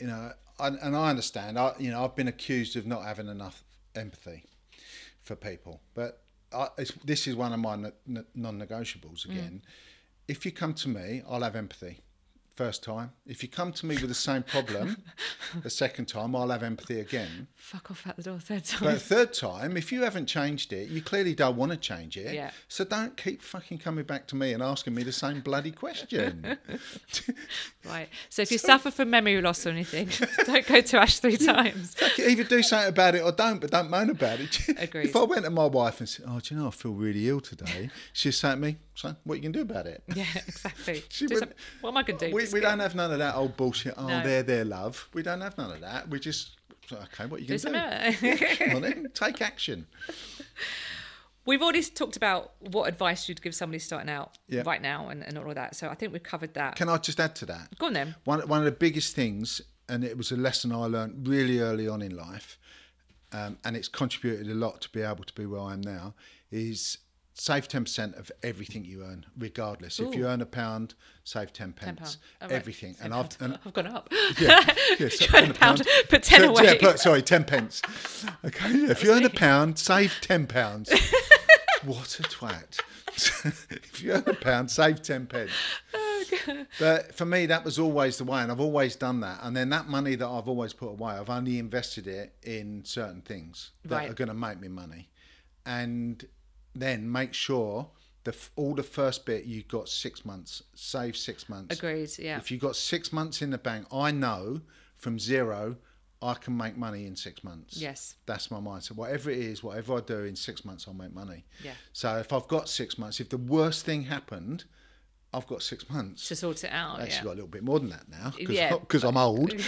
B: you know, I, and I understand. I, you know, I've been accused of not having enough empathy for people, but I, it's, this is one of my n- n- non-negotiables again. If you come to me, I'll have empathy. First time. If you come to me with the same problem, the second time, I'll have empathy again.
A: Fuck off out the door third time.
B: But third time, if you haven't changed it, you clearly don't want to change it.
A: Yeah.
B: So don't keep fucking coming back to me and asking me the same bloody question.
A: Right. So if you suffer from memory loss or anything, don't go to Ash three times.
B: Fuck it, either do something about it or don't, but don't moan about it.
A: Agreed.
B: If I went to my wife and said, "Oh, do you know I feel really ill today," she'd say to me, "So what you can do about it?"
A: Yeah, exactly.
B: She
A: Do
B: would-
A: some- what am I going to do?
B: We,
A: Just
B: we
A: get-
B: don't have none of that old bullshit. Oh,
A: No.
B: they're there, love. We don't have none of that. We just okay. What you
A: do
B: can do?
A: some-
B: Come on then, take action.
A: We've already talked about what advice you'd give somebody starting out
B: Yeah.
A: right now and, and all of that. So I think we've covered that.
B: Can I just add to that?
A: Go on then.
B: One, one of the biggest things, and it was a lesson I learned really early on in life, um, and it's contributed a lot to be able to be where I am now, is Save 10% of everything you earn, regardless. If
A: Ooh.
B: you earn a pound, save 10 pence.
A: pound. Oh, right.
B: Everything.
A: Ten
B: And
A: pound.
B: I've, and
A: I've gone up.
B: yeah, yeah, so
A: Trying
B: earn
A: to pound, put 10
B: So- Yeah,
A: away.
B: put, sorry, ten pence. Okay, yeah, if you earn a pound, save ten pounds. what a twat! if you earn a pound, save ten pence.
A: Oh,
B: But for me, that was always the way, and I've always done that. And then that money that I've always put away, I've only invested it in certain things that
A: Right.
B: are going to make me money, and then make sure. The, f- all the first bit you got six months save six months
A: Agreed, yeah.
B: if you got six months in the bank, I know from zero I can make money in six months.
A: Yes.
B: That's my mindset. Whatever it is, whatever I do in six months, I'll make money.
A: Yeah.
B: So if I've got six months, if the worst thing happened, I've got six months.
A: to sort it out.
B: Actually,
A: yeah.
B: got a little bit more than that now
A: Yeah.
B: because I'm old. Does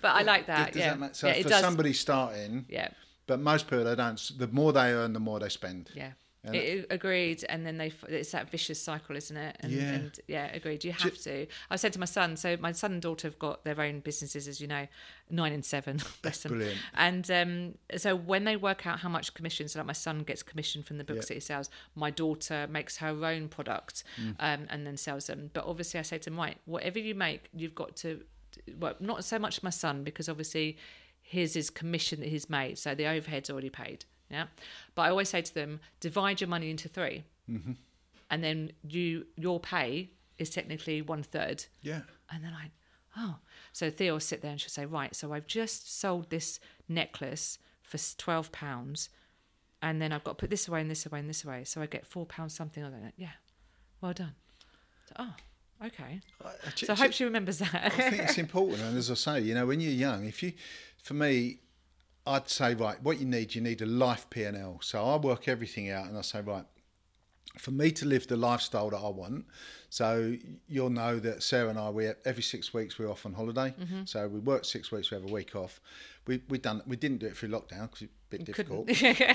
A: but I like that. yeah.
B: that make- So
A: yeah,
B: for
A: it does.
B: somebody starting,
A: yeah,
B: but most people they don't. The more they earn, the more they spend.
A: yeah.
B: And-
A: It- it- agreed, and then they f- it's that vicious cycle, isn't it? And,
B: Yeah.
A: and yeah, agreed. You have to. I said to my son, so my son and daughter have got their own businesses, as you know, nine and seven. Bless them.
B: brilliant.
A: And um, so when they work out how much commission, so like my son gets commission from the books that he sells, my daughter makes her own product um, and then sells them. But obviously, I say to him, right, whatever you make, you've got to. Well, not so much my son because obviously his is commission that he's made, so the overhead's already paid. Yeah, but I always say to them, divide your money into 3 and then you your pay is technically one third.
B: Yeah.
A: And then I, oh. So Theo will sit there and she'll say, right, so I've just sold this necklace for s- £12. And then I've got to put this away and this away and this away. So I get £4 something or that. Yeah. Well done. So, oh, okay. So I hope she remembers
B: I
A: that.
B: think it's important. And as I say, you know, when you're young, if you, for me, I'd say right, what you need, you need a life P and L. So I work everything out, and I say right, for me to live the lifestyle that I want. So you'll know that Sarah and I, we every six weeks we're off on holiday. So we work six weeks, we have a week off. We we done we didn't do it through lockdown because it's a bit difficult,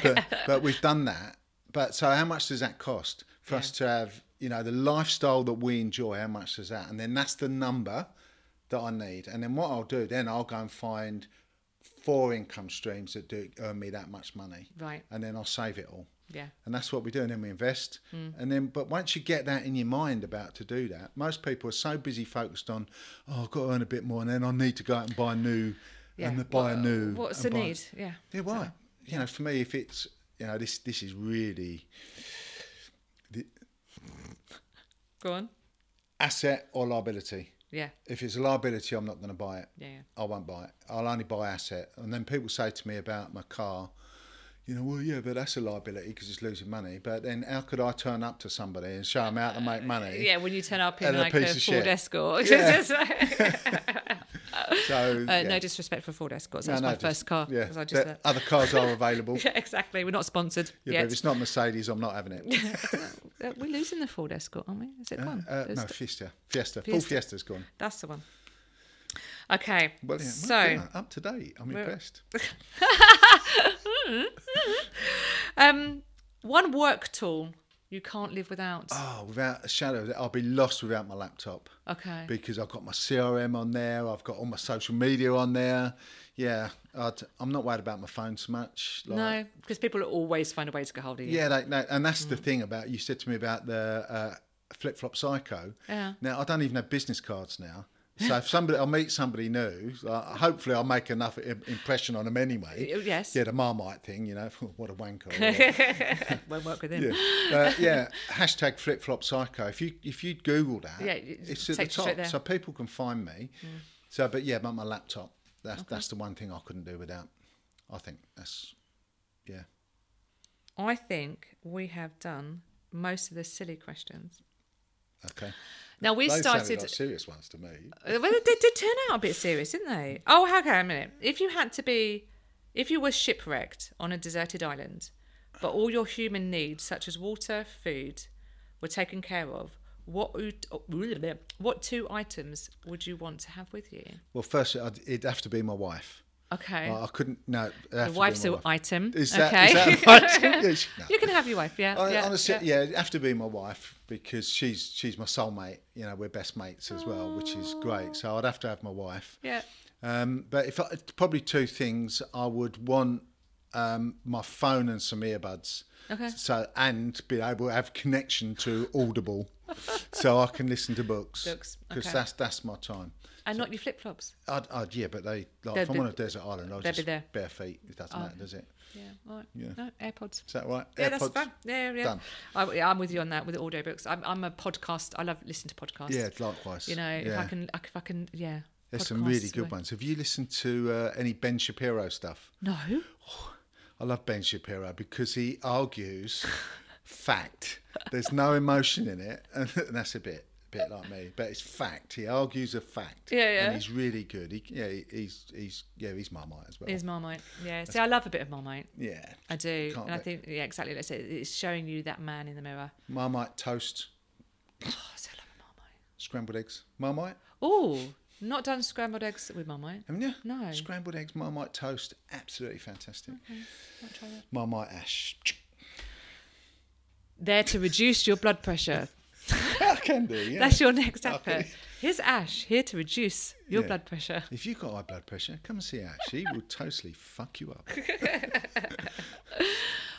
B: but, but we've done that. But so how much does that cost for us to have you know the lifestyle that we enjoy? How much does that? And then that's the number that I need. And then what I'll do then I'll go and find four income streams that do earn me that much money.
A: Right.
B: And then I'll save it all
A: yeah.
B: and that's what we do and then we invest
A: Mm.
B: and then but once you get that in your mind about to do that most people are so busy focused on oh i've got to earn a bit more and then i need to go out and buy new
A: Yeah.
B: and then
A: What-
B: buy a new
A: What's the
B: and buy-
A: need? Yeah.
B: yeah why you know for me if it's you know this this is really
A: Go on.
B: asset or liability
A: Yeah.
B: if it's a liability i'm not going to buy it
A: Yeah, yeah.
B: i won't buy it i'll only buy asset and then people say to me about my car you know, well, yeah, but that's a liability because it's losing money. But then, how could I turn up to somebody and show them how to
A: Uh,
B: make money?
A: Yeah, when you turn up in
B: And a
A: like a,
B: piece of shit.
A: Ford Escort.
B: So,
A: Uh,
B: yeah.
A: No disrespect for Ford Escorts. That's
B: No,
A: my
B: no,
A: first
B: just-
A: car.
B: Yeah,
A: 'cause I just,
B: but
A: uh,
B: other cars are available. yeah,
A: yeah, exactly. We're not sponsored
B: but
A: yet.
B: if it's not Mercedes, I'm not having it.
A: Uh, We're losing the Ford Escort, aren't we? Is it gone?
B: Uh,
A: Is-
B: no, Fiesta, Fiesta, full
A: Fiesta.
B: Fiesta's gone.
A: That's the one. Okay.
B: Well, yeah, well,
A: so,
B: yeah, up to date. I'm impressed.
A: um, one work tool you can't live without.
B: Oh, without a shadow, of a doubt, I'll be lost without my laptop
A: okay.
B: because I've got my CRM on there. I've got all my social media on there. Yeah, I'd, I'm not worried about my phone so much. Like,
A: no, because people always find a way to get hold of you.
B: Yeah, like, like, and that's the
A: Mm.
B: thing about you said to me about the uh, flip flop psycho.
A: Yeah.
B: Now I don't even have business cards now. So if somebody, I'll meet somebody new. Like, hopefully, I'll make enough im- impression on them anyway.
A: Y- yes.
B: Yeah, the Marmite thing, you know, what a wanker. or-
A: Won't work with him.
B: yeah. Uh, yeah. Hashtag flip flop psycho. If you if you Google that,
A: Yeah, it
B: it's at the
A: takes you straight
B: top,
A: there. Mm.
B: so people can find me. So, but yeah, but my laptop. That's that's the one thing I couldn't do without. I think that's yeah.
A: I think we have done most of the silly questions.
B: Okay.
A: Now, we
B: Those sounded
A: started.
B: like serious ones to me.
A: Uh, Well, they did turn out a bit serious, didn't they? Oh, hang on a minute. If you had to be, if you were shipwrecked on a deserted island, but all your human needs, such as water, food, were taken care of, what would, what two items would you want to have with you?
B: Well, first I'd, it'd have to be my wife.
A: Okay.
B: I I couldn't. No, it'd have
A: the
B: to be
A: wife's
B: my
A: an
B: wife.
A: item.
B: Is that,
A: okay.
B: is that right? Yeah, she- no.
A: you can have your wife, yeah.
B: I,
A: yeah,
B: honestly,
A: yeah.
B: yeah. it'd have to be my wife because she's she's my soulmate. You know, we're best mates as well, which is great. So I'd have to have my wife.
A: Yeah.
B: Um, but if I, probably two things I would want um, my phone and some earbuds.
A: Okay.
B: So and be able to have connection to Audible, so I can listen to books.
A: Books,
B: Because
A: okay.
B: that's that's my time.
A: and not your flip flops.
B: I'd, I'd, yeah, but they like
A: They'd
B: if I'm
A: be-
B: on a desert island, I'll
A: they'd be
B: just
A: there.
B: bare feet. It doesn't matter, does it?
A: Yeah, right.
B: Yeah.
A: No AirPods.
B: Is that right?
A: Yeah, that's
B: AirPods?
A: fine. Yeah, yeah.
B: Done.
A: I, yeah, I'm with you on that with audiobooks. I'm, I'm a podcast. I love listening to podcasts.
B: Yeah, likewise.
A: You know, if
B: Yeah.
A: I can, if I can, yeah.
B: There's some really
A: podcasts
B: good
A: work.
B: ones. Have you listened to uh, any Ben Shapiro stuff?
A: No.
B: Oh. I love Ben Shapiro because he argues fact. There's no emotion in it, and that's a bit bit like me, but it's fact. He argues a fact.
A: Yeah, yeah.
B: And he's really good. He, yeah, he- he's he's yeah, he's marmite as well.
A: Is Marmite. Yeah. See, I love a bit of Marmite.
B: yeah,
A: I do.
B: Can't
A: and I
B: be.
A: think, yeah, exactly. Let's say it's showing you that man in the mirror.
B: marmite toast,
A: Oh, I so love a
B: scrambled eggs, marmite.
A: Marmite. Oh, not done scrambled eggs with Marmite.
B: Haven't you?
A: No.
B: Scrambled eggs, marmite toast, absolutely fantastic.
A: Might try that.
B: Marmite ash.
A: There to reduce your blood pressure.
B: I can do. Yeah.
A: That's your next effort.
B: Okay.
A: Here's Ash here to reduce your
B: Yeah.
A: blood pressure.
B: If you've got high blood pressure, come and see Ash. He will totally fuck you up.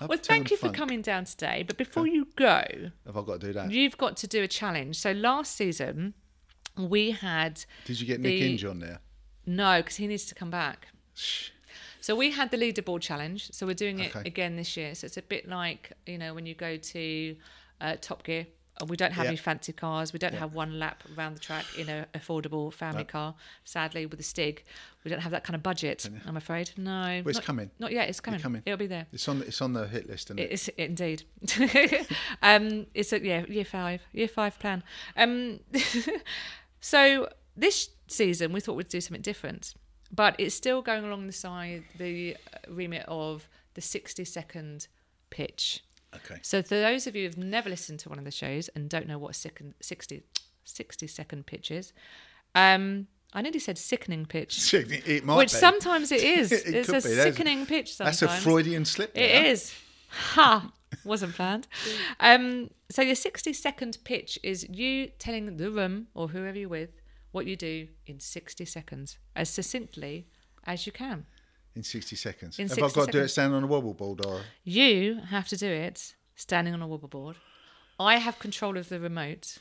A: Well, thank you for
B: Uptown funk.
A: coming down today. But before you go,
B: Have I got to do that?
A: you've got to do a challenge. So last season, we had
B: Did you get Nick
A: the-
B: Inge on there?
A: no, because he needs to come back.
B: Shh.
A: So we had the leaderboard challenge. So we're doing it
B: Okay.
A: again this year. So it's a bit like you know when you go to uh, Top Gear. and We don't have
B: Yeah.
A: any fancy cars. We don't have one lap around the track in an affordable family car. Sadly, with a Stig, we don't have that kind of budget. I'm afraid. No,
B: Well, it's
A: not-
B: coming.
A: Not yet. It's coming.
B: coming.
A: It'll be there.
B: It's on. It's on the hit list, isn't it?
A: It's indeed. um, it's a yeah, year five, year five plan. Um, so this season we thought we'd do something different, but it's still going along the side the uh, remit of the sixty second pitch.
B: Okay.
A: So for those of you who've never listened to one of the shows and don't know what a second, 60, 60 second pitch is, um, I nearly said sickening pitch,
B: It might
A: which
B: be.
A: sometimes it is.
B: It
A: it's
B: could
A: a
B: be. That's-
A: sickening pitch. Sometimes
B: That's a Freudian slip.
A: it is, Ha! Wasn't planned. Um, so your 60 second pitch is you telling the room or whoever you're with what you do in 60 seconds, as succinctly as you can.
B: In sixty seconds.
A: In
B: Have
A: 60
B: I got to do it
A: seconds.
B: standing on a wobble board or?
A: You have to do it standing on a wobble board. I have control of the remote.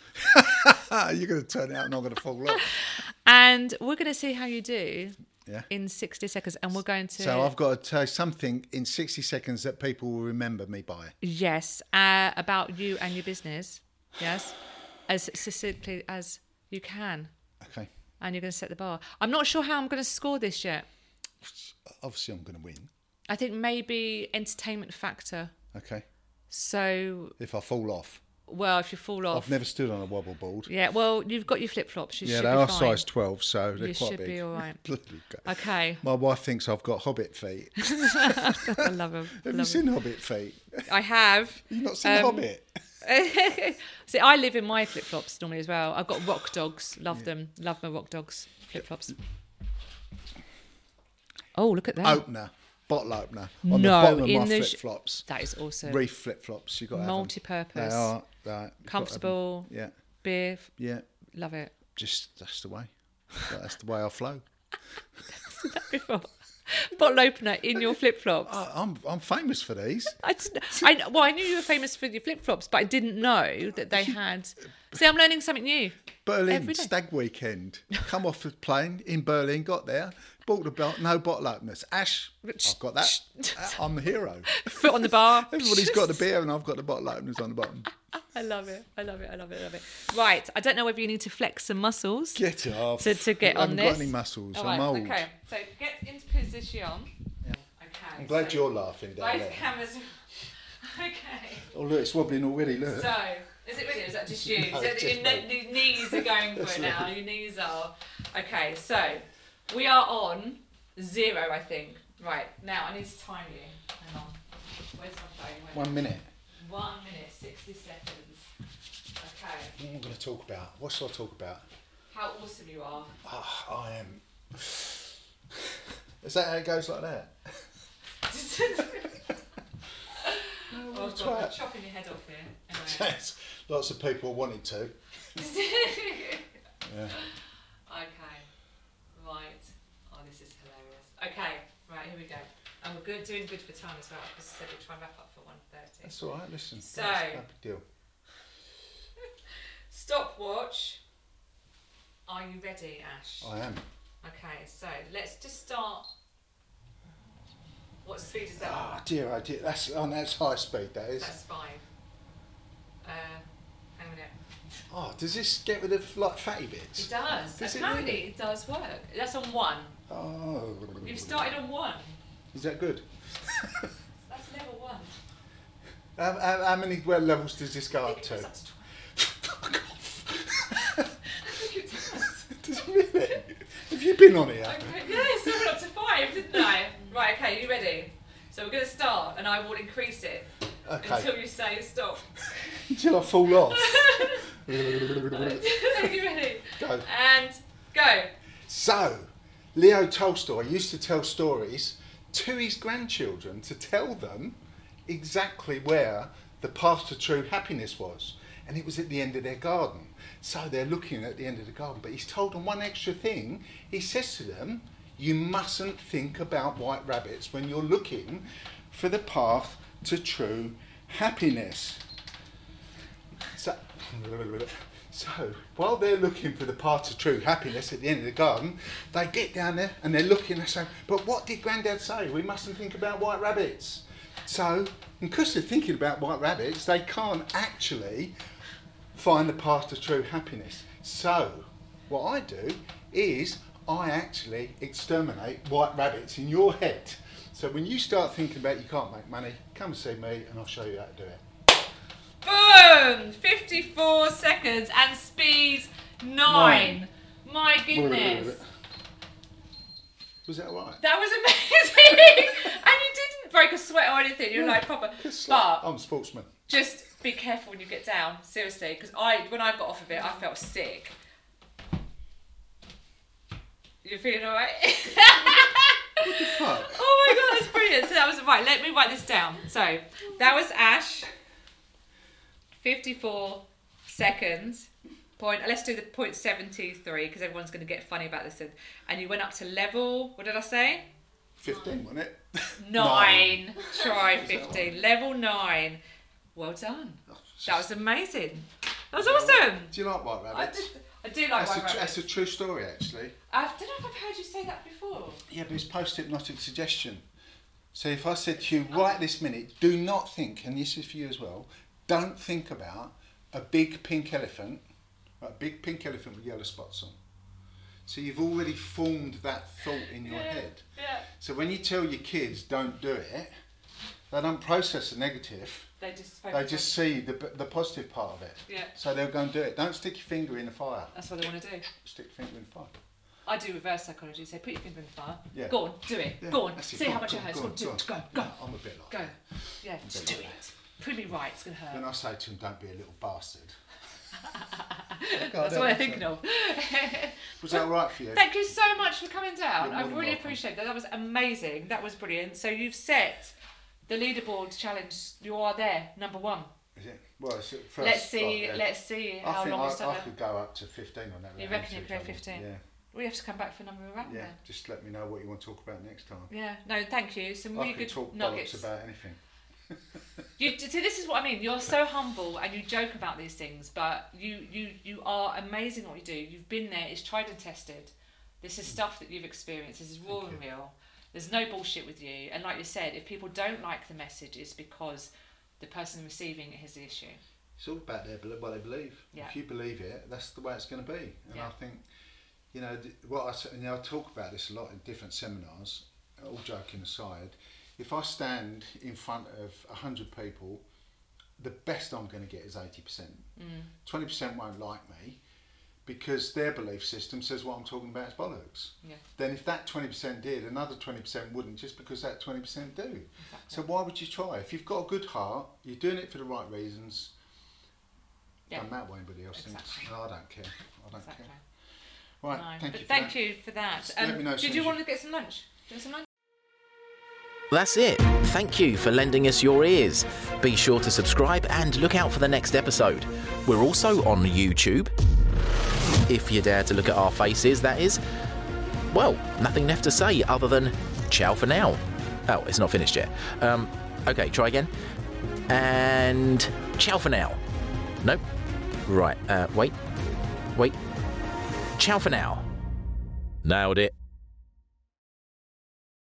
B: Ah, you're going to turn out and I'm going to fall off.
A: And we're going to see how you do
B: Yeah.
A: in 60 seconds. And we're going to.
B: So I've got to tell something in sixty seconds that people will remember me by.
A: Yes, uh, about you and your business. Yes. As succinctly as you can.
B: Okay.
A: and you're going to set the bar. I'm not sure how I'm going to score this yet.
B: Obviously, I'm going to win.
A: I think maybe entertainment factor.
B: Okay.
A: So,
B: If I fall off,
A: well, if you fall off,
B: I've never stood on a wobble board.
A: yeah. Well, you've got your flip flops. You
B: Yeah,
A: should
B: they
A: be
B: are
A: fine.
B: size twelve, so they're
A: You
B: quite
A: should
B: big.
A: be all right.
B: Bloody go-
A: Okay,
B: My wife thinks I've got hobbit feet.
A: I love them.
B: Have you seen hobbit feet?
A: I have.
B: You've not seen
A: Um,
B: hobbit.
A: See, I live in my flip flops normally as well. I've got rock dogs. Love them. Love my rock dogs. Flip flops. Oh, look at that.
B: opener, bottle opener on the
A: No,
B: bottom of
A: in
B: my
A: the
B: flip
A: sh-
B: flops,
A: That is awesome.
B: reef flip flops. You got to have 'em.
A: Multi-purpose,
B: They are right, you've got to have 'em.
A: Comfortable.
B: Yeah,
A: Beer. f-
B: yeah.
A: Love it.
B: Just that's the way. Like, that's the way I flow.
A: before. Bottle opener in your flip flops.
B: I, I'm I'm famous for these.
A: I, didn't- I- well, I knew you were famous for your flip flops, but I didn't know that they had. See, I'm learning something new.
B: Berlin
A: Every day.
B: stag weekend. Come off the plane in Berlin. Got there. Bought the belt. No bottle openers. Ash, I've got that. I'm the hero.
A: Foot on the bar.
B: Everybody's got the beer, and I've got the bottle openers on the bottom.
A: I love it. I love it. I love it. I love it. Right. I don't know whether you need to flex some muscles
B: Get off.
A: to, to get
B: I
A: on
B: haven't
A: this.
B: got any muscles.
A: All
B: I'm
A: right,
B: old.
A: Okay. So get into position. Okay.
B: I'm glad
A: so
B: you're laughing down
A: Both
B: there.
A: cameras. Okay.
B: Oh look, it's wobbling already. Look.
A: So, is it really? or Is that just you?
B: No,
A: Is that-
B: it's
A: your,
B: just
A: kn- your knees are going for it now. Your knees are. Okay, so we are on zero, I think. Right, now I need to time you. Hang on. Where's my phone? Where-
B: One minute.
A: One minute, 60 seconds. Okay,
B: What am I going to talk about? What shall I talk about?
A: how awesome you are.
B: Ah, I am. Is that how it goes like that?
A: oh, God, I'm
B: twat.
A: chopping your head off here.
B: Yes. Lots of people wanted to.
A: Anyway. Okay, right. Oh, this is hilarious. Okay, right, here we go. And we're good. we're doing good for time as well because I said we'd try and wrap up for 1.30.
B: That's all right. Listen,
A: So-
B: that's no big deal.
A: Stopwatch. Are you ready, Ash?
B: I am.
A: Okay, so let's just start. What speed is that?
B: Oh dear, oh dear. That's oh, that's high speed. That is.
A: That's five. Uh, hang on a minute.
B: Oh, does this get rid of like fatty bits?
A: It does.
B: Does it
A: Apparently,
B: really?
A: it does work. That's on one.
B: Oh.
A: You've started on one.
B: Is that good?
A: That's level one.
B: how, how, how many well levels does this go
A: I
B: up
A: think it goes
B: to?
A: up to twenty.
B: Fuck off.
A: I think it does.
B: does it really? Have you been on here?
A: Okay. Yes, I went up to five, didn't I? Right. Okay. You ready? So we're gonna start, and I will increase it
B: Okay.
A: until you say stop.
B: Until I fall off.
A: Are you ready?
B: Go.
A: And go.
B: So, Leo Tolstoy used to tell stories to his grandchildren to tell them exactly where the path to true happiness was. And it was at the end of their garden. So they're looking at the end of the garden. But he's told them one extra thing. He says to them, You mustn't think about white rabbits when you're looking for the path to true happiness. So, so while they're looking for the path of true happiness at the end of the garden, they get down there and they're looking and say, But what did Grandad say? We mustn't think about white rabbits. So, because they're thinking about white rabbits, they can't actually find the path to true happiness. So, what I do is I actually exterminate white rabbits in your head. So, when you start thinking about you can't make money, come and see me and I'll show you how to do it.
A: Boom! 54 seconds and speed nine.
B: Nine.
A: My goodness.
B: Was that alright?
A: That was amazing! and you didn't break a sweat or anything. You're like proper.
B: It's like,
A: But
B: I'm a sportsman.
A: just be careful when you get down, seriously, because I when I got off of it, I felt sick. You feeling alright?
B: Fuck.
A: oh my god, that's brilliant. So that was right, let me write this down. So that was Ash. 54 seconds. Point let's do the point seven two three because everyone's gonna get funny about this. And you went up to level what did I say?
B: 15, wasn't it?
A: Nine. Try
B: that one?
A: fifteen. Level nine. Well done.
B: Oh,
A: That was amazing. That was awesome.
B: Do you like white
A: I,
B: rabbits?
A: just, I do like
B: That's a,
A: white
B: tr-
A: rabbits.
B: that's a true story, actually.
A: I I don't know if I've heard you say that before.
B: Yeah, but it's post-hypnotic suggestion. So if I said to you right this minute, do not think, and this is for you as well, don't think about a big pink elephant, a big pink elephant with yellow spots on. So you've already formed that thought in your
A: Yeah,
B: head.
A: yeah.
B: So when you tell your kids don't do it, they don't process the negative.
A: They just
B: They just see the, the positive part of it.
A: Yeah.
B: So they'll go and do it. Don't stick your finger in the fire.
A: that's what they want to do.
B: Stick your finger in the fire.
A: I do reverse psychology, so put your finger in the fire.
B: Yeah.
A: Go on, do it.
B: Yeah,
A: go on,
B: that's it.
A: see
B: Go
A: how
B: on,
A: much
B: go
A: it
B: on,
A: hurts.
B: go
A: Go,
B: on,
A: do
B: go
A: it.
B: on.
A: Go, go,
B: Yeah, I'm a bit like
A: go.
B: that.
A: Yeah, just do it. Prove me right, it's going to hurt.
B: When I say to them, don't be a little bastard.
A: That's what I'm thinking of.
B: Was that all right for you?
A: Thank you so much for coming down.
B: You're
A: I
B: more than
A: really
B: welcome.
A: appreciate that. That was amazing. That was brilliant. So you've set the leaderboard challenge. You are there, number one.
B: Is it? Well, it's at first
A: Let's see.
B: spot, yeah.
A: Let's see
B: I
A: how
B: think
A: long
B: I,
A: we still
B: I
A: have.
B: could go up to 15 on that.
A: You
B: round,
A: reckon you
B: so
A: could go
B: trouble.
A: 15?
B: Yeah,
A: We have to come back for another round.
B: yeah.
A: then.
B: Just let me know what you want to talk about next time.
A: Yeah. No, thank you. Some really
B: I could
A: good
B: talk
A: nuggets.
B: bollocks about anything.
A: You see, this is what I mean. You're so humble, and you joke about these things, but you you you are amazing at what you do. You've been there. It's tried and tested. This is stuff that you've experienced. This is raw and real. There's no bullshit with you. And like you said, if people don't like the message, it's because the person receiving it has the issue.
B: It's all about their, bel- what they believe.
A: Yeah.
B: If you believe it, that's the way it's going to be. And
A: Yeah.
B: I think, you know, th- what I, s- you know, I talk about this a lot in different seminars, all joking aside. If I stand in front of 100 people, the best I'm going to get is 80%.
A: Mm.
B: 20% won't like me because their belief system says what I'm talking about is bollocks.
A: Yeah.
B: Then if that 20% did, another 20% wouldn't just because that 20% do. So why would you try? If you've got a good heart, you're doing it for the right reasons,
A: Yeah.
B: doesn't matter what anybody else
A: Exactly.
B: thinks. No, I don't care. I don't
A: Exactly.
B: care. Right,
A: No.
B: thank
A: but
B: you. for
A: thank
B: that.
A: you for that. Um,
B: Just let me know as soon
A: did you
B: as
A: want
B: you-
A: to get some lunch? Do you want some lunch?
C: That's it. Thank you for lending us your ears. Be sure to subscribe and look out for the next episode. We're also on YouTube. If you dare to look at our faces, that is. Well, nothing left to say other than ciao for now. Oh, it's not finished yet. Um, okay, try again. And ciao for now. Nope. Right. Uh, wait. Wait. Ciao for now. Nailed it.